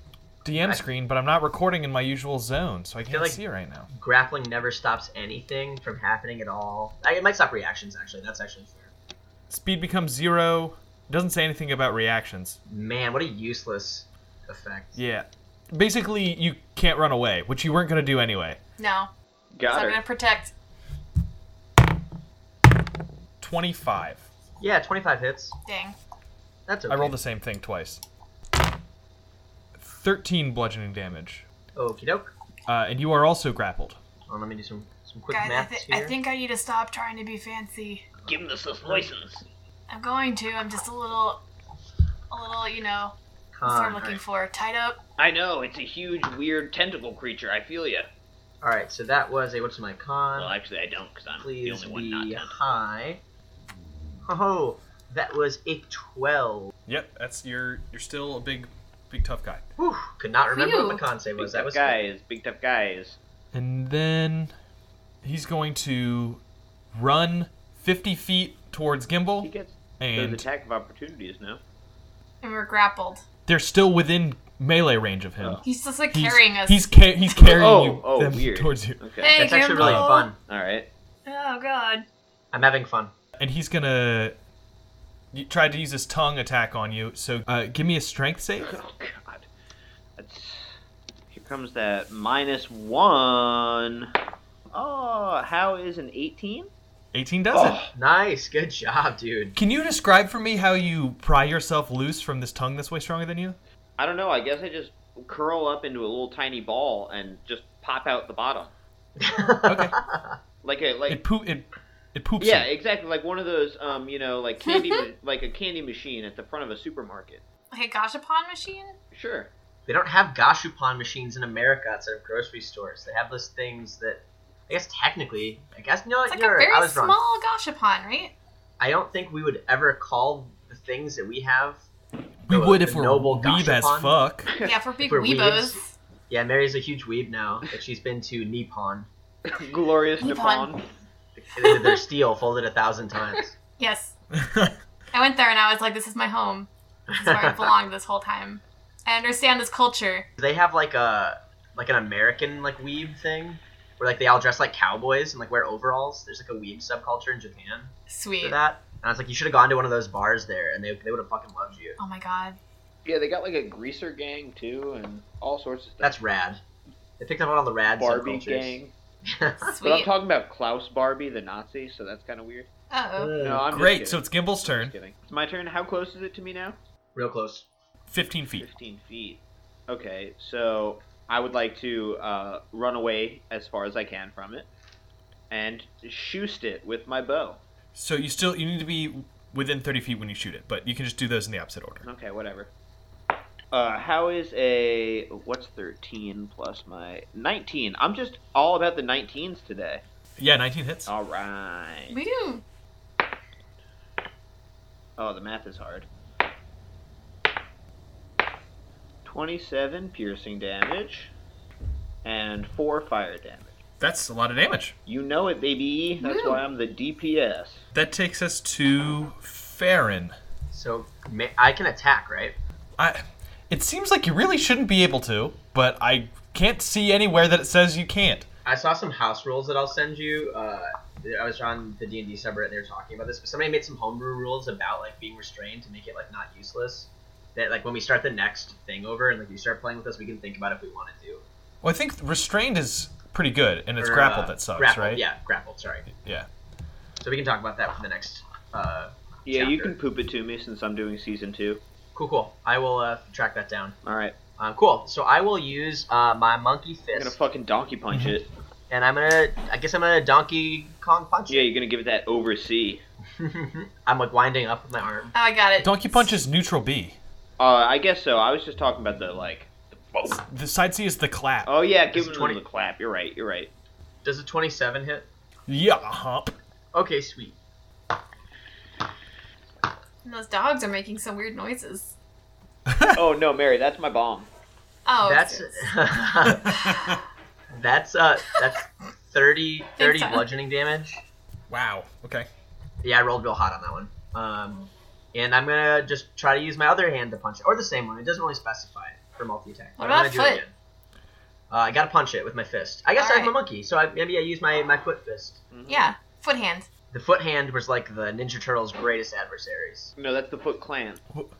Speaker 9: DM
Speaker 5: I-
Speaker 9: screen, but I'm not recording in my usual zone, so I can't
Speaker 5: like-
Speaker 9: see it right now.
Speaker 5: Grappling never stops anything from happening at all. I, it might stop reactions actually. That's actually fair.
Speaker 9: Speed becomes zero. Doesn't say anything about reactions.
Speaker 5: Man, what a useless effect.
Speaker 9: Yeah. Basically, you can't run away, which you weren't gonna do anyway.
Speaker 4: No. So
Speaker 10: Got
Speaker 4: I'm
Speaker 10: her.
Speaker 4: gonna protect.
Speaker 9: Twenty-five.
Speaker 5: Yeah, 25 hits.
Speaker 4: Dang.
Speaker 5: That's okay.
Speaker 9: I rolled the same thing twice. Thirteen bludgeoning damage,
Speaker 5: Okie doke.
Speaker 9: uh, and you are also grappled.
Speaker 5: Well, let me do some some quick
Speaker 4: Guys, I,
Speaker 5: math
Speaker 4: thi-
Speaker 5: here.
Speaker 4: I think I need to stop trying to be fancy.
Speaker 10: Give him this license.
Speaker 4: I'm going to. I'm just a little, a little, you know,
Speaker 5: All
Speaker 4: that's what I'm
Speaker 5: right.
Speaker 4: looking for. Tied up.
Speaker 10: I know it's a huge, weird tentacle creature. I feel ya.
Speaker 5: All right, so that was a what's my con?
Speaker 10: Well, actually, I don't, because I'm
Speaker 5: Um, Please
Speaker 10: the only one not
Speaker 5: be
Speaker 10: tentacle.
Speaker 5: high. Ho ho! That was a 12.
Speaker 9: Yep, that's you're you're still a big, big tough guy.
Speaker 5: Whew, could not remember what
Speaker 4: Phew.
Speaker 5: the con save
Speaker 10: Big
Speaker 5: was. That
Speaker 10: tough
Speaker 5: was
Speaker 10: guys. Big tough guys.
Speaker 9: And then he's going to run 50 feet towards
Speaker 10: He
Speaker 9: Gimbal,
Speaker 10: gets those
Speaker 9: and
Speaker 10: attack of opportunities now.
Speaker 4: And we're grappled.
Speaker 9: they're still within melee range of him.
Speaker 10: Oh.
Speaker 4: He's just like
Speaker 9: He's,
Speaker 4: carrying us.
Speaker 9: He's, ca- he's carrying
Speaker 10: oh,
Speaker 9: you
Speaker 10: oh,
Speaker 9: them
Speaker 10: weird.
Speaker 9: towards you.
Speaker 10: Okay.
Speaker 4: Hey,
Speaker 5: That's actually really
Speaker 4: Gimbal.
Speaker 5: fun.
Speaker 10: All right.
Speaker 4: Oh god.
Speaker 5: I'm having fun.
Speaker 9: And he's going to try to use his tongue attack on you, so uh, give me a strength save.
Speaker 10: Oh God. That's... Here comes that minus one. Oh, how is an 18?
Speaker 9: 18 does
Speaker 10: Oh.
Speaker 9: it.
Speaker 5: Nice. Good job, dude.
Speaker 9: Can you describe for me how you pry yourself loose from this tongue that's way stronger than you?
Speaker 10: I don't know. I guess I just curl up into a little tiny ball and just pop out the bottom. okay. Like a like
Speaker 9: It poop it it poops.
Speaker 10: yeah,
Speaker 9: you.
Speaker 10: exactly. Like one of those um you know like candy ma- like a candy machine at the front of a supermarket.
Speaker 4: Like a gashapon machine?
Speaker 10: Sure.
Speaker 5: They don't have gashupon machines in America outside of grocery stores. They have those things that, I guess technically, I guess no,
Speaker 4: It's like
Speaker 5: you're
Speaker 4: a
Speaker 5: right. I
Speaker 4: very
Speaker 5: was
Speaker 4: small
Speaker 5: wrong.
Speaker 4: gashapon, right?
Speaker 5: I don't think we would ever call the things that we have.
Speaker 9: We
Speaker 5: the-
Speaker 9: would if
Speaker 5: the
Speaker 9: we're
Speaker 5: noble
Speaker 9: weeb as
Speaker 5: gashapon.
Speaker 9: fuck.
Speaker 4: Yeah, for big
Speaker 5: We're
Speaker 4: weebos.
Speaker 5: Yeah, Mary's a huge weeb now, but she's been to Nippon.
Speaker 10: Glorious
Speaker 4: Nippon.
Speaker 10: Nippon.
Speaker 5: Their steel folded a thousand times.
Speaker 4: Yes. I went there and I was like, this is my home. This is where I belonged this whole time. I understand this culture.
Speaker 5: Do they have like a like an American like weeb thing where like they all dress like cowboys and like wear overalls? There's like a weeb subculture in Japan for
Speaker 4: Sweet.
Speaker 5: that. And I was like, you should have gone to one of those bars there, and they they would have fucking loved you.
Speaker 4: Oh my god.
Speaker 10: Yeah, they got like a greaser gang too and all sorts of stuff.
Speaker 5: That's rad. They picked up on all the rad
Speaker 10: Barbie
Speaker 5: subcultures.
Speaker 10: gang. But I'm
Speaker 4: Sweet.
Speaker 10: talking about Klaus Barbie, the Nazi, so that's kind of weird.
Speaker 4: Oh.
Speaker 10: No, I'm just
Speaker 9: Great,
Speaker 10: kidding.
Speaker 9: so it's Gimbal's turn.
Speaker 10: Just kidding. It's my turn. How close is it to me now?
Speaker 5: Real close.
Speaker 9: 15 feet.
Speaker 10: 15 feet. Okay, so I would like to uh, run away as far as I can from it and shoost it with my bow.
Speaker 9: So you still you need to be within 30 feet when you shoot it, but you can just do those in the opposite order.
Speaker 10: Okay, whatever. Uh, how is a. What's 13 plus my. 19. I'm just all about the 19s today.
Speaker 9: Yeah, 19
Speaker 10: Oh.
Speaker 9: hits.
Speaker 10: Alright.
Speaker 4: We do.
Speaker 10: Oh, the math is hard. 27 piercing damage and 4 fire damage.
Speaker 9: That's a lot of damage.
Speaker 10: You know it, baby. That's why I'm the DPS.
Speaker 9: That takes us to Farron.
Speaker 5: So ma- I can attack, right?
Speaker 9: I it seems like you really shouldn't be able to, but I can't see anywhere that it says you can't.
Speaker 5: I saw some house rules that I'll send you. Uh, I was on the D and D subreddit and they were talking about this. But somebody made some homebrew rules about like being restrained to make it like not useless. That like when we start the next thing over and like you start playing with us, we can think about if we want to do.
Speaker 9: Well, I think restrained is pretty good, and it's
Speaker 5: Or,
Speaker 9: grappled
Speaker 5: uh,
Speaker 9: that sucks,
Speaker 5: grappled,
Speaker 9: right?
Speaker 5: Yeah, grappled. Sorry.
Speaker 9: Yeah.
Speaker 5: So we can talk about that for the next. Uh,
Speaker 10: Yeah, you
Speaker 5: chapter.
Speaker 10: can poop it to me since I'm doing season two.
Speaker 5: Cool, cool. I will uh, track that down.
Speaker 10: All right,
Speaker 5: Um, cool. So I will use uh, my monkey
Speaker 10: I'm gonna
Speaker 5: fist,
Speaker 10: fucking donkey punch it.
Speaker 5: and I'm gonna. I guess I'm gonna Donkey Kong punch.
Speaker 10: Yeah, you're gonna give it that oversee.
Speaker 5: I'm like winding up with my arm.
Speaker 4: Oh, I got it.
Speaker 9: Donkey Punch is neutral B.
Speaker 10: Uh, I guess so. I was just talking about the like.
Speaker 9: The side C is the clap.
Speaker 10: Oh yeah, give
Speaker 5: This
Speaker 10: him
Speaker 5: is 20.
Speaker 10: the clap. You're right. You're right.
Speaker 5: Does a 27 hit?
Speaker 9: Yeah, hop.
Speaker 5: Okay, sweet.
Speaker 4: And those dogs are making some weird noises.
Speaker 10: oh no, Mary, that's my bomb.
Speaker 4: Oh,
Speaker 5: that's
Speaker 4: it's-
Speaker 5: that's uh that's 30 30
Speaker 4: Inside.
Speaker 5: bludgeoning damage
Speaker 9: Wow. Okay.
Speaker 5: yeah i rolled real hot on that one um and i'm gonna just try to use my other hand to punch it or the same one it doesn't really specify for multi-attack
Speaker 4: What
Speaker 5: but I'm
Speaker 4: about
Speaker 5: gonna do it
Speaker 4: foot?
Speaker 5: again. uh, i gotta punch it with my fist i guess
Speaker 4: All
Speaker 5: i'm a
Speaker 4: right.
Speaker 5: monkey so I, maybe i use my my foot fist
Speaker 4: yeah, foot hand.
Speaker 5: the foot hand was like the ninja turtles greatest adversaries
Speaker 10: No, that's the Foot Clan.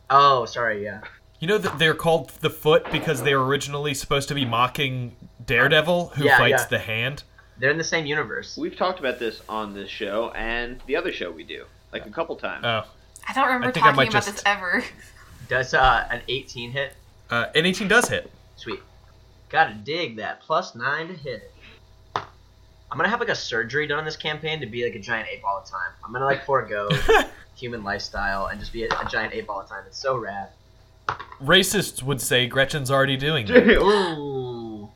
Speaker 5: oh sorry yeah
Speaker 9: You know that they're called the Foot because they were originally supposed to be mocking Daredevil, who
Speaker 5: Yeah,
Speaker 9: fights
Speaker 5: yeah.
Speaker 9: the hand.
Speaker 5: they're in the same universe
Speaker 10: We've talked about this on this show and the other show we do, like a couple times.
Speaker 9: Oh.
Speaker 4: I don't remember
Speaker 9: think I
Speaker 4: talking
Speaker 9: might
Speaker 4: about
Speaker 9: just-
Speaker 4: this ever.
Speaker 5: does uh an 18 hit
Speaker 9: Uh, and 18 does hit.
Speaker 5: Sweet. Gotta dig that. Plus nine to hit it. I'm gonna have like a surgery done on this campaign to be like a giant ape all the time. I'm gonna like forego human lifestyle and just be a, a giant ape all the time. It's so rad.
Speaker 9: Racists would say Gretchen's already doing that.
Speaker 5: Ooh.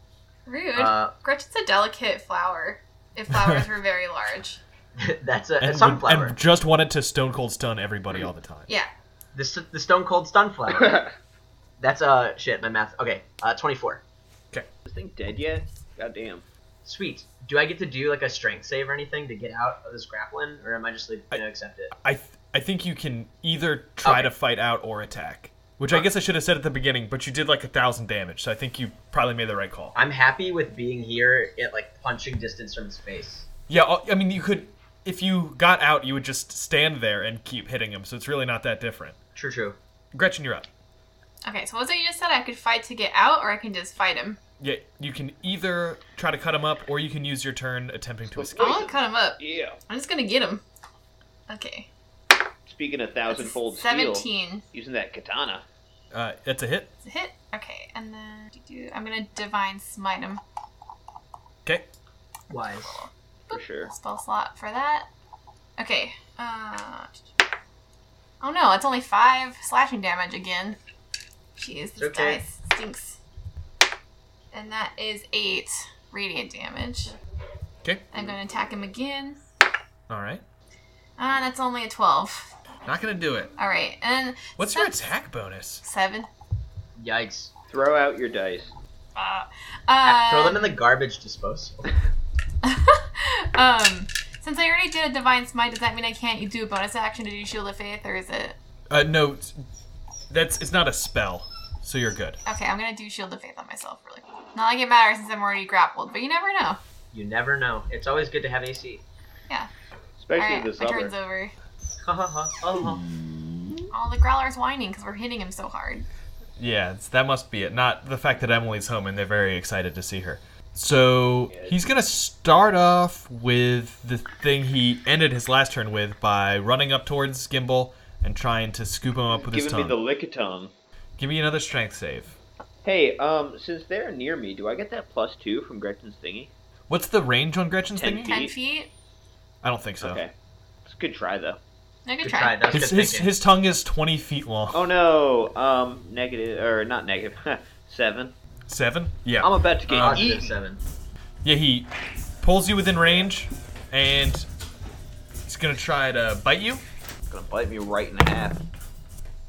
Speaker 4: Rude.
Speaker 5: Uh,
Speaker 4: Gretchen's a delicate flower. If flowers were very large.
Speaker 5: that's a, a
Speaker 9: And, would-
Speaker 5: sunflower.
Speaker 9: and just wanted to Stone Cold Stun everybody all the time.
Speaker 4: Yeah.
Speaker 5: The, s- the stone cold sunflower. that's uh shit. My math. Okay. Uh, 24.
Speaker 10: This thing dead yet? God damn.
Speaker 5: Sweet. Do I get to do like a strength save or anything to get out of this grappling, or am I just like gonna accept it?
Speaker 9: I th- I think you can either try
Speaker 5: Okay.
Speaker 9: to fight out or attack. Which I guess I should have said at the beginning, but you did like a thousand damage, so I think you probably made the right call.
Speaker 5: I'm happy with being here at like punching distance from his face.
Speaker 9: Yeah, uh, I mean you could, if you got out, you would just stand there and keep hitting him. So it's really not that different.
Speaker 5: True, true.
Speaker 9: Gretchen, you're up.
Speaker 4: Okay, so what was it you just said? I could fight to get out, or I can just fight him.
Speaker 9: Yeah, you can either try to cut him up, or you can use your turn attempting to escape.
Speaker 4: I want to cut him up.
Speaker 10: Yeah.
Speaker 4: I'm just gonna get him. Okay.
Speaker 10: Speaking of thousandfold steel,
Speaker 4: Seventeen.
Speaker 10: using that katana.
Speaker 9: Uh, that's a hit.
Speaker 4: It's a hit. Okay, and then do- I'm gonna divine smite him.
Speaker 9: Okay.
Speaker 5: Wise.
Speaker 10: For sure.
Speaker 4: Spell slot for that. Okay. Uh, oh no, it's only five slashing damage again. Jeez, this
Speaker 5: okay.
Speaker 4: dice stinks. And that is eight radiant damage.
Speaker 9: Okay.
Speaker 4: I'm gonna attack him again.
Speaker 9: All right.
Speaker 4: Ah, that's only a twelve.
Speaker 9: Not gonna do it.
Speaker 4: All right, and
Speaker 9: What's your attack bonus?
Speaker 4: seven.
Speaker 5: Yikes.
Speaker 10: Throw out your dice.
Speaker 4: Uh,
Speaker 5: Throw
Speaker 4: uh,
Speaker 5: them in the garbage disposal.
Speaker 4: um, since I already did a divine smite, does that mean I can't do a bonus action to do shield of faith, or is it?
Speaker 9: Uh, no, it's- that's it's not a spell, so you're good.
Speaker 4: Okay, I'm gonna do shield of faith on myself really quick. Not like it matters since I'm already grappled, but you never know.
Speaker 5: You never know. It's always good to have AC.
Speaker 10: Especially
Speaker 4: All right,
Speaker 10: this
Speaker 4: my
Speaker 10: other.
Speaker 4: turn's over.
Speaker 5: Ha ha ha. Oh, ha.
Speaker 4: Oh, the growler's whining because we're hitting him so hard.
Speaker 9: Yeah, it's, that must be it. Not the fact that Emily's home and they're very excited to see her. So he's gonna start off with the thing he ended his last turn with by running up towards Gimbal and trying to scoop him up with his
Speaker 10: Giving me
Speaker 9: tongue.
Speaker 10: the lickitung.
Speaker 9: Give me another strength save.
Speaker 10: Hey, um, since they're near me, do I get that plus two from Gretchen's thingy?
Speaker 9: What's the range on Gretchen's
Speaker 10: Ten
Speaker 9: thingy?
Speaker 10: feet.
Speaker 4: Ten feet.
Speaker 9: I don't think so.
Speaker 10: Okay. It's a good try though.
Speaker 4: No good
Speaker 5: Good
Speaker 4: try.
Speaker 5: try. That's good
Speaker 9: His, his,
Speaker 5: thinking.
Speaker 9: his tongue is 20 feet long.
Speaker 10: Oh no, um, negative or not negative, seven.
Speaker 9: Seven? Yeah. Um,
Speaker 10: I'm about to get
Speaker 5: Positive
Speaker 9: uh,
Speaker 10: eaten.
Speaker 5: seven.
Speaker 9: Yeah, he pulls you within range and he's gonna try to bite you.
Speaker 10: Gonna bite me right in half.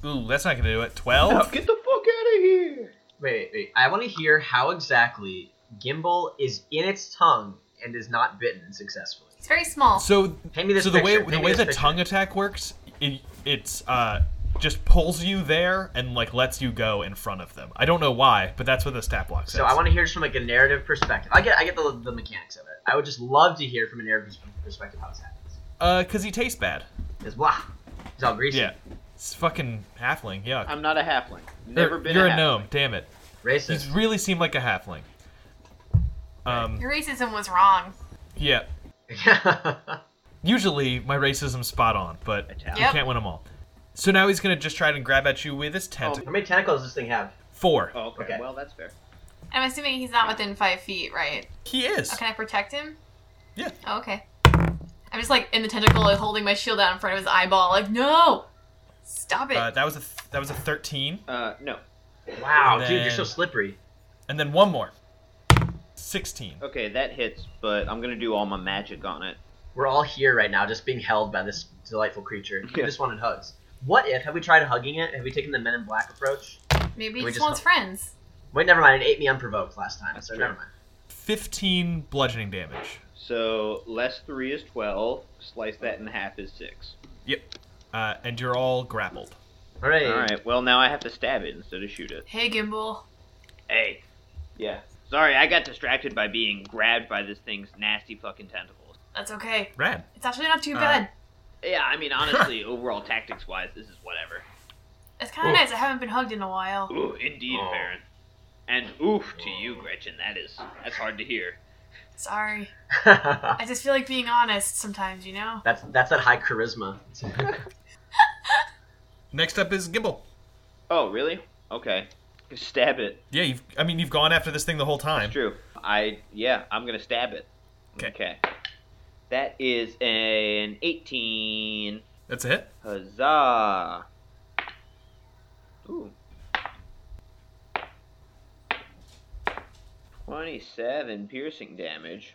Speaker 9: Ooh, that's not gonna do it.
Speaker 10: No,
Speaker 9: 12?
Speaker 10: Oh, get the fuck out of here.
Speaker 5: Wait, wait, wait. I want to hear how exactly Gimbal is in its tongue and is not bitten successfully.
Speaker 4: It's very small.
Speaker 9: So
Speaker 5: Hand me this
Speaker 9: so the way
Speaker 5: picture.
Speaker 9: the
Speaker 5: Hand me
Speaker 9: way
Speaker 5: this
Speaker 9: the
Speaker 5: picture.
Speaker 9: tongue attack works, it it's uh just pulls you there and like lets you go in front of them. I don't know why, but that's what the stat block says.
Speaker 5: So I want to hear just from like a narrative perspective. I get, I get the, the mechanics of it. I would just love to hear from a narrative perspective how this happens.
Speaker 9: uh cuz he tastes bad.
Speaker 5: It's wah. It's all greasy.
Speaker 9: Yeah. It's fucking halfling. Yuck.
Speaker 10: I'm not a halfling. Never
Speaker 9: You're-
Speaker 10: been.
Speaker 9: You're a,
Speaker 10: halfling.
Speaker 9: gnome, damn it. He's
Speaker 5: Racist.
Speaker 9: really seemed like a halfling. Um
Speaker 4: Your racism was wrong.
Speaker 9: yeah. Usually my racism's spot on, but
Speaker 10: Attack.
Speaker 9: You
Speaker 4: Yep.
Speaker 9: can't win them all. So now he's gonna just try and grab at you with his tentacle.
Speaker 5: how many tentacles does this thing have?
Speaker 9: Four.
Speaker 10: Oh, okay.
Speaker 5: Okay.
Speaker 10: Well, that's fair.
Speaker 4: I'm assuming he's not within five feet, right?
Speaker 9: He is.
Speaker 4: Oh, can I protect him?
Speaker 9: Yeah.
Speaker 4: Oh, okay. I'm just like in the tentacle, like holding my shield out in front of his eyeball, like no, stop it.
Speaker 9: Uh, that was a th- that was a thirteen,
Speaker 10: Uh, no.
Speaker 5: Wow,
Speaker 9: And
Speaker 5: dude, you're
Speaker 9: then-
Speaker 5: so slippery.
Speaker 9: and then one more. Sixteen.
Speaker 10: Okay, that hits, but I'm gonna do all my magic on it.
Speaker 5: We're all here right now, just being held by this delightful creature. We
Speaker 10: Yeah.
Speaker 5: just wanted hugs. What if? Have we tried hugging it? Have we taken the Men in Black approach?
Speaker 4: Maybe
Speaker 5: we
Speaker 4: he just
Speaker 5: just
Speaker 4: wants
Speaker 5: help?
Speaker 4: friends.
Speaker 5: Wait, never mind. It ate me unprovoked last time,
Speaker 10: That's
Speaker 5: so
Speaker 10: true.
Speaker 5: never mind.
Speaker 9: Fifteen bludgeoning damage.
Speaker 10: So less three is twelve. Slice that in half is six.
Speaker 9: Yep. Uh, and you're all grappled.
Speaker 5: All right.
Speaker 10: All right. Well, now I have to stab it instead of shoot it.
Speaker 4: Hey, Gimbal.
Speaker 10: Hey. Yeah. Sorry, I got distracted by being grabbed by this thing's nasty fucking tentacles.
Speaker 4: That's okay.
Speaker 9: Rad.
Speaker 4: It's actually not too
Speaker 9: Uh,
Speaker 4: bad.
Speaker 10: Yeah, I mean, honestly, overall tactics wise, this is whatever.
Speaker 4: It's kind of nice. I haven't been hugged in a while.
Speaker 10: Ooh, indeed, Baron. And oof to you, Gretchen. That is that's hard to hear.
Speaker 4: Sorry. I just feel like being honest sometimes, you know?
Speaker 5: that's that's that high charisma.
Speaker 9: Next up is Gimbal.
Speaker 10: Oh, really? Okay. Stab it.
Speaker 9: Yeah, you've, I mean you've gone after this thing the whole time.
Speaker 10: It's true. I yeah, I'm gonna stab it.
Speaker 9: 'Kay.
Speaker 10: That is an 18.
Speaker 9: That's a hit.
Speaker 10: Huzzah! Ooh. 27 piercing damage.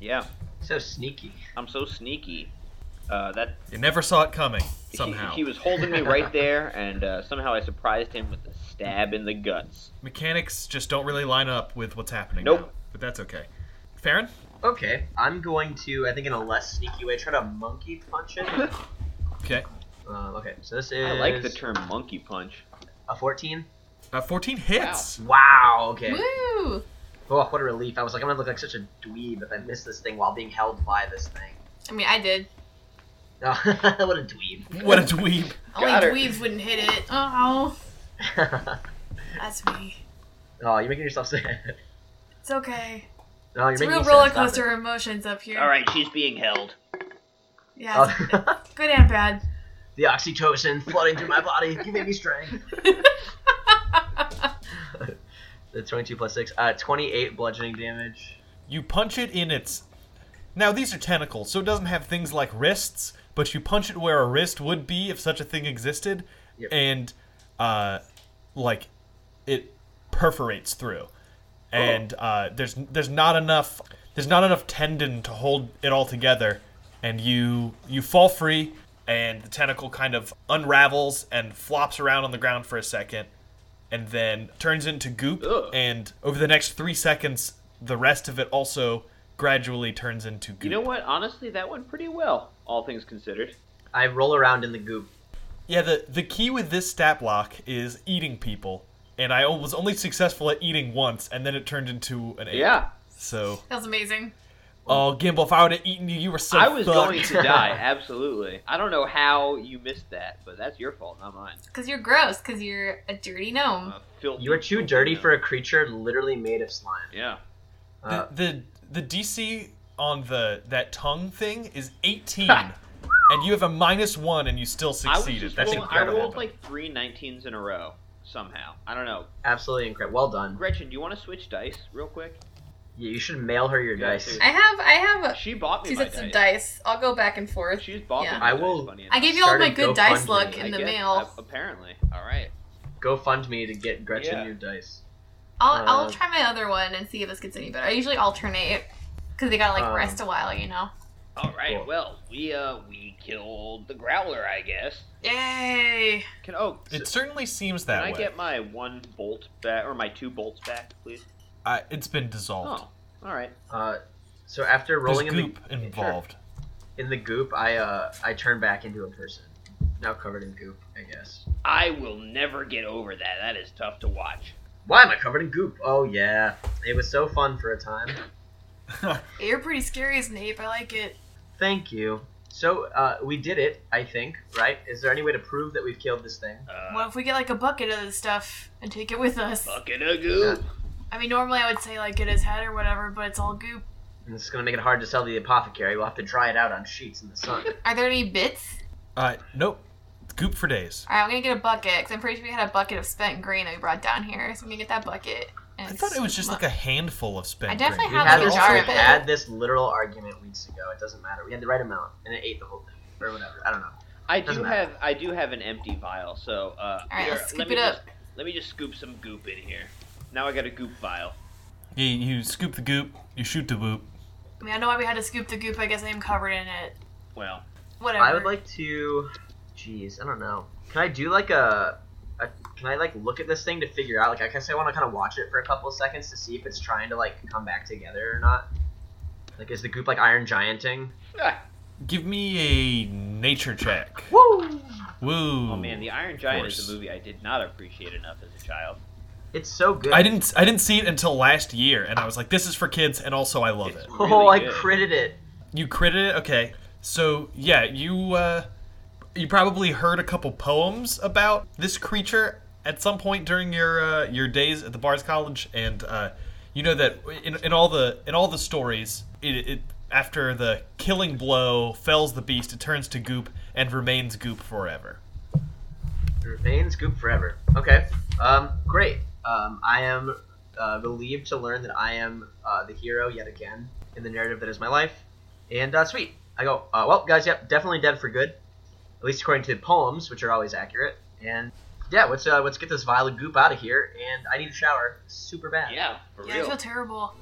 Speaker 10: Yeah,
Speaker 5: so sneaky.
Speaker 10: I'm so sneaky. Uh, that
Speaker 9: You never saw it coming.
Speaker 10: he-
Speaker 9: Somehow.
Speaker 10: He, was holding me right there, and uh, somehow I surprised him with a stab in the guts.
Speaker 9: Mechanics just don't really line up with what's happening
Speaker 10: Nope.
Speaker 9: now. But that's okay. Farron.
Speaker 5: Okay, I'm going to, I think, in a less sneaky way, try to monkey punch it.
Speaker 9: Okay.
Speaker 5: um, okay, so this is
Speaker 10: I like the term monkey punch.
Speaker 5: a 14.
Speaker 9: Uh, Fourteen hits.
Speaker 5: Wow. Okay.
Speaker 4: Woo!
Speaker 5: Oh, what a relief! I was like, I'm gonna look like such a dweeb if I miss this thing while being held by this thing.
Speaker 4: I mean, I did.
Speaker 5: Oh, what a dweeb.
Speaker 9: What a dweeb.
Speaker 4: Only
Speaker 10: Got her.
Speaker 4: dweebs wouldn't hit it. Oh, that's me.
Speaker 5: Oh, you're making yourself sad.
Speaker 4: It's okay.
Speaker 5: No, you're
Speaker 4: it's a
Speaker 5: making
Speaker 4: real
Speaker 5: me
Speaker 4: roller
Speaker 5: sad. Stop
Speaker 4: coaster of emotions up here.
Speaker 10: All right, she's being held.
Speaker 4: Yeah.
Speaker 5: Oh.
Speaker 4: it's- good and bad.
Speaker 5: The oxytocin flooding through my body, giving me strength. the 22 plus 6, uh, 28 bludgeoning damage.
Speaker 9: You punch it in its. Now, these are tentacles, so it doesn't have things like wrists, but you punch it where a wrist would be if such a thing existed,
Speaker 5: Yep.
Speaker 9: and, uh, like, it perforates through. And, uh, there's, there's not enough. There's not enough tendon to hold it all together, and you you fall free, and the tentacle kind of unravels and flops around on the ground for a second, and then turns into goop. And over the next three seconds, the rest of it also gradually turns into goop.
Speaker 10: You know what? Honestly, that went pretty well, all things considered.
Speaker 5: I roll around in the goop.
Speaker 9: yeah, the the key with this stat block is eating people, and I was only successful at eating once, and then it turned into an ape.
Speaker 10: Yeah.
Speaker 9: So,
Speaker 4: That was amazing.
Speaker 9: oh, Gimbal, if I would have eaten you, you were so.
Speaker 10: I was
Speaker 9: fucked.
Speaker 10: going to die, absolutely. I don't know how you missed that, but that's your fault, not mine.
Speaker 4: Because you're gross. Because you're a dirty gnome.
Speaker 10: Uh, filthy,
Speaker 5: You are too
Speaker 10: filthy
Speaker 5: dirty
Speaker 10: gnome.
Speaker 5: for a creature literally made of slime.
Speaker 10: Yeah.
Speaker 5: Uh,
Speaker 9: the, the the DC on the that tongue thing is 18, and you have a minus one, and you still
Speaker 10: I was
Speaker 9: succeeded.
Speaker 10: just
Speaker 9: That's
Speaker 10: rolling, I
Speaker 9: incredible.
Speaker 10: rolled like three 19s in a row somehow. I don't know.
Speaker 5: absolutely incredible. Well done.
Speaker 10: Gretchen, do you want to switch dice real quick?
Speaker 5: Yeah, you should mail her your
Speaker 10: Yeah,
Speaker 5: dice.
Speaker 10: dude.
Speaker 4: I have I have
Speaker 10: She bought me
Speaker 4: two
Speaker 10: my
Speaker 4: sets
Speaker 10: dice.
Speaker 4: of dice. I'll go back and forth.
Speaker 10: She's bought
Speaker 4: Yeah.
Speaker 10: me. My
Speaker 5: I will-
Speaker 10: Dice, funny enough.
Speaker 4: I gave you all my
Speaker 5: Started
Speaker 4: good dice
Speaker 5: GoFundMe.
Speaker 4: luck
Speaker 10: I
Speaker 4: in the
Speaker 10: guess,
Speaker 4: mail.
Speaker 10: a- apparently. All right.
Speaker 5: Go fund me to get Gretchen
Speaker 10: Yeah.
Speaker 5: your dice.
Speaker 4: I'll, I'll
Speaker 5: uh,
Speaker 4: try my other one and see if this gets any better. I usually alternate because they gotta like
Speaker 5: Um,
Speaker 4: rest a while, you know.
Speaker 10: All right.
Speaker 5: Cool.
Speaker 10: Well, we uh we killed the growler, I guess.
Speaker 4: Yay!
Speaker 10: Can oh
Speaker 9: it certainly seems
Speaker 10: can
Speaker 9: that
Speaker 10: I
Speaker 9: way.
Speaker 10: get my one bolt back or my two bolts back, please?
Speaker 9: I, it's been dissolved.
Speaker 10: Oh, all right.
Speaker 5: Uh, so after rolling in
Speaker 9: There's
Speaker 5: the,
Speaker 9: goop involved.
Speaker 5: in the goop, I uh, I turn back into a person. Now covered in goop, I guess.
Speaker 10: I will never get over that. That is tough to watch.
Speaker 5: Why am I covered in goop? Oh yeah, it was so fun for a time.
Speaker 4: You're pretty scary as an ape. I like it.
Speaker 5: Thank you. So uh, we did it, I think. Right? Is there any way to prove that we've killed this thing?
Speaker 10: Uh,
Speaker 4: What if we get like a bucket of this stuff and take it with us?
Speaker 10: Bucket of goop.
Speaker 4: I mean, normally I would say like get his head or whatever, but it's all goop.
Speaker 5: And this is gonna make it hard to sell to the apothecary. We'll have to dry it out on sheets in the sun.
Speaker 4: Are there any bits?
Speaker 9: Uh, nope. It's goop for days.
Speaker 4: All right, I'm gonna get a bucket because I'm pretty sure we had a bucket of spent grain that we brought down here. So I'm gonna get that bucket. And
Speaker 9: I thought it was just like a handful of spent.
Speaker 4: I definitely
Speaker 9: grain.
Speaker 5: we
Speaker 4: have
Speaker 5: had
Speaker 4: like a
Speaker 5: this,
Speaker 4: jar
Speaker 5: we
Speaker 4: of it.
Speaker 5: had this literal argument weeks ago. It doesn't matter. We had the right amount, and it ate the whole thing or whatever. I don't know.
Speaker 10: I do
Speaker 5: Doesn't
Speaker 10: have
Speaker 5: matter.
Speaker 10: I do have an empty vial, so uh,
Speaker 4: right,
Speaker 10: here,
Speaker 4: let's
Speaker 10: let
Speaker 4: scoop
Speaker 10: me
Speaker 4: it up.
Speaker 10: Just, let me just scoop some goop in here. Now I got a goop vial.
Speaker 9: You, you scoop the goop, you shoot the boop.
Speaker 4: I mean, I know why we had to scoop the goop. I guess I am covered in it.
Speaker 10: Well,
Speaker 4: Whatever.
Speaker 5: I would like to. Jeez, I don't know. Can I do like a, a? Can I like look at this thing to figure out? Like, I guess I want to kind of watch it for a couple of seconds to see if it's trying to like come back together or not. Like, is the goop like Iron Gianting?
Speaker 10: ah,
Speaker 9: Give me a nature check.
Speaker 5: Woo!
Speaker 9: Woo.
Speaker 10: oh man, the Iron Giant
Speaker 9: course.
Speaker 10: is a movie I did not appreciate enough as a child.
Speaker 5: It's so good.
Speaker 9: I didn't I didn't see it until last year, and I was like, this is for kids, and also I love it.
Speaker 10: It's
Speaker 5: Oh,
Speaker 10: really
Speaker 5: I
Speaker 10: good.
Speaker 5: critted it.
Speaker 9: You critted it, okay? So yeah, you uh, you probably heard a couple poems about this creature at some point during your uh, your days at the Bard's College, and uh, you know that in, in all the in all the stories, it, it after the killing blow fells the beast, it turns to goop and remains goop forever.
Speaker 5: It remains goop forever. Okay. Um. Great. Um. I am uh, relieved to learn that I am uh, the hero yet again in the narrative that is my life. And uh, sweet. I go. Uh, well, guys. Yep. Definitely dead for good. At least according to poems, which are always accurate. And yeah. Let's uh, let's get this vial of goop out of here. And I need a shower. Super bad.
Speaker 10: Yeah, for
Speaker 4: Yeah, I
Speaker 10: real.
Speaker 4: feel terrible.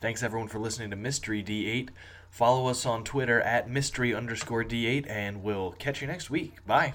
Speaker 2: Thanks everyone for listening to Mystery D8. Follow us on Twitter at mystery underscore D8, and we'll catch you next week. Bye.